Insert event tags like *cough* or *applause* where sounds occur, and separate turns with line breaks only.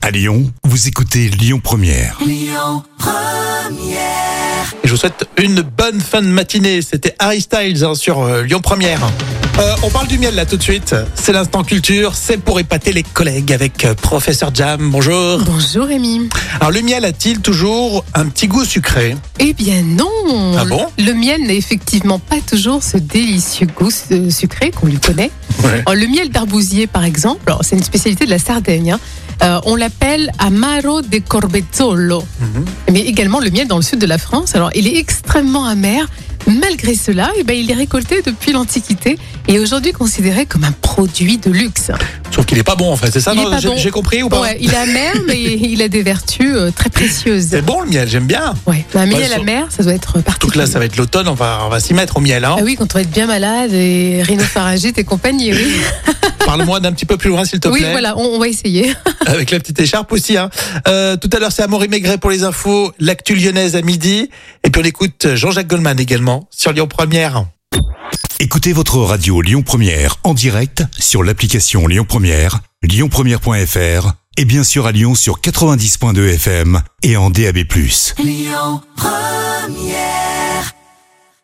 À Lyon, vous écoutez Lyon Première.
Je vous souhaite une bonne fin de matinée. C'était Harry Styles hein, sur euh, Lyon Première. Euh, on parle du miel là tout de suite. C'est l'instant culture. C'est pour épater les collègues avec euh, Professeur Jam. Bonjour.
Bonjour Rémi.
Alors le miel a-t-il toujours un petit goût sucré
Eh bien non
Ah bon
Le miel n'a effectivement pas toujours ce délicieux goût euh, sucré qu'on lui connaît.
Ouais.
Alors, le miel d'arbousier par exemple, alors, c'est une spécialité de la Sardaigne. hein. Euh, on l'appelle amaro de corbezzolo,
Mhm.
mais également le miel dans le sud de la France. Alors il est extrêmement amer. Malgré cela, eh ben, il est récolté depuis l'Antiquité et aujourd'hui considéré comme un produit de luxe.
Sauf qu'il est pas bon en fait. C'est ça
Il
non
est pas
J'ai
bon.
j'ai compris ou pas
Ouais, il est amer, mais il a des vertus euh, très précieuses.
*laughs* C'est bon le miel. J'aime bien.
Ouais, un miel
sur-
amer, ça doit être
Tout
particulier.
là, ça va être l'automne. On va, on va s'y mettre au miel. Hein.
Ah oui, quand on va être bien malade et rhinopharyngite et compagnie, oui.
Parle-moi d'un petit peu plus loin s'il te
Oui,
plaît.
voilà, on, on va essayer.
*laughs* Avec la petite écharpe aussi. Hein. Euh, tout à l'heure, c'est Amaury Maigret pour les infos, l'actu lyonnaise à midi. Et puis on écoute Jean-Jacques Goldman également sur Lyon Première.
Écoutez votre radio Lyon Première en direct sur l'application Lyon Première, lyonpremière.fr et bien sûr à Lyon sur 90.2 FM et en DAB+.
Lyon Première